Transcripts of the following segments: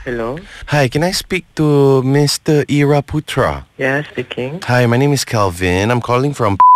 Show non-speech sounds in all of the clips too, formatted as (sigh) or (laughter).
Hello. Hi, can I speak to Mr. Ira Putra? Yeah, speaking. Hi, my name is Calvin. I'm calling from... (laughs)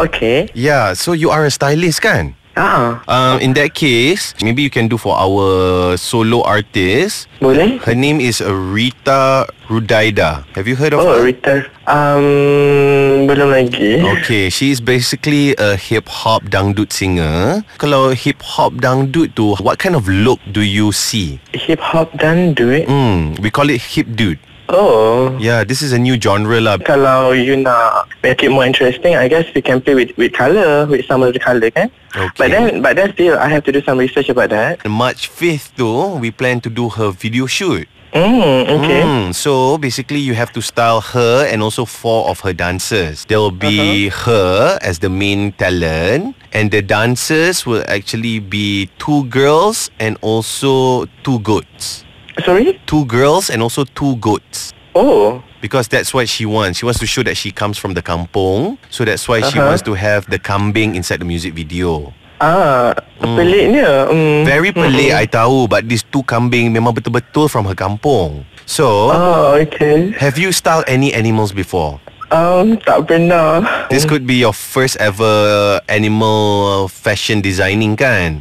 Okay. Yeah, so you are a stylist kan? Ah, Um, in that case, maybe you can do for our solo artist. boleh? Her name is uh, Rita Rudaida. Have you heard of Oh, her? Rita. Um, belum lagi. Okay, she is basically a hip hop dangdut singer. Kalau hip hop dangdut tu, what kind of look do you see? Hip hop dan duit. Hmm, we call it hip dude. Oh. Yeah, this is a new genre lah. Kalau you nak make it more interesting, I guess we can play with with color, with some of the color kan. Okay. But then, but then still, I have to do some research about that. March 5th tu, we plan to do her video shoot. Hmm. Okay. Mm, so basically, you have to style her and also four of her dancers. There will be Uh-huh. her as the main talent, and the dancers will actually be two girls and also two goats. Sorry. Two girls and also two goats. Oh. Because that's what she wants. She wants to show that she comes from the kampong. So that's why she Uh-huh. wants to have the kambing inside the music video. Ah, peliknya. Hmm. Mm. Very pelik, I tahu. But these two kambing memang betul-betul from her kampung. So, Oh, okay. have you styled any animals before? Um, tak pernah. This could be your first ever animal fashion designing kan?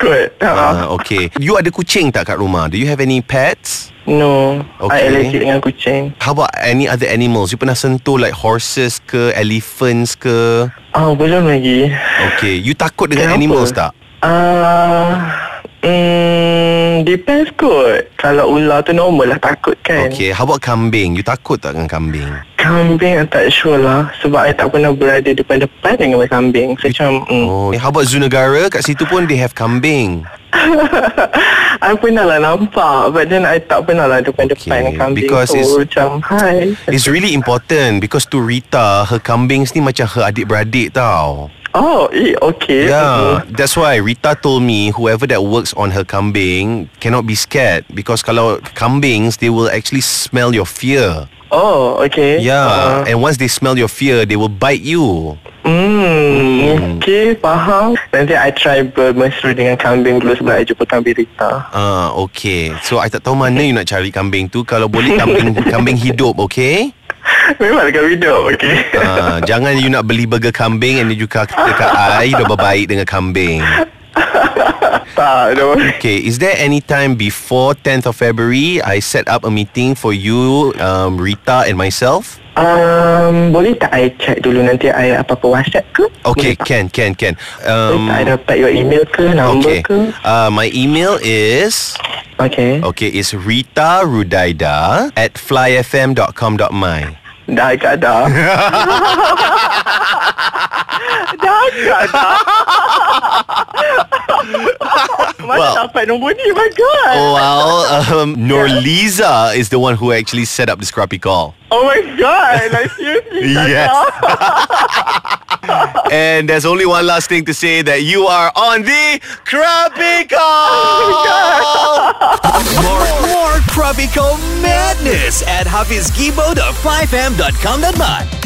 Good. Uh, Uh, okay. You ada kucing tak kat rumah? Do you have any pets? no. okay. I allergic dengan kucing. How about any other animals? You pernah sentuh like horses ke, elephants ke? Ah, belum lagi. Okay. You takut dengan Kenapa? animals tak? Ah, mm, depends kot. Kalau ular tu normal lah takut kan. Okay. How about kambing? You takut tak dengan kambing? Hmm. Kambing I tak sure lah sebab I tak pernah berada depan-depan dengan kambing. So, macam mm, Oh. How about zoo negara? Kat situ pun they have kambing. I pernah lah nampak but then I tak pernah lah depan-depan Okay, dengan kambing. because so, it's- macam hi. It's really important because to Rita, her kambings ni macam her adik-beradik tau. Oh, eh, okay. Yeah, that's why Rita told me whoever that works on her kambing cannot be scared because kalau kambings they will actually smell your fear. Oh, okay. Yeah, Ah. and once they smell your fear, they will bite you. Hmm, okay, faham. Nanti I try bermesra dengan kambing dulu sebab I jumpa kambing Rita. (laughs) Ah, okay. So I tak tahu mana you nak cari kambing tu. Kalau boleh kambing kambing hidup, okay? Memang dekat video, okay. Ah, jangan you nak beli burger kambing and then you kata kat I dah berbaik dengan kambing. tak, dah boleh. Okay, is there any time before 10th of February I set up a meeting for you, um, Rita and myself? Um, boleh tak I check dulu nanti I apa-apa WhatsApp ke? Okay, Boleh tak? can, can, can. Boleh tak I Um, dapat your email ke, number okay. ke? Uh, my email is Okay. okay. It's Rita Rudaida at flyfm.com.my. Dah agak dah. dah agak dah. Mana Well- dapat nombor ni, my God. Oh well, um, Norliza is the one who actually set up this crappy call, Oh, my God. Like, seriously, tak Yes. (laughs) dah. and there's only one last thing to say that you are on the crappy call. More, more Krabi Call madness at HafizGibo.5m.com.my.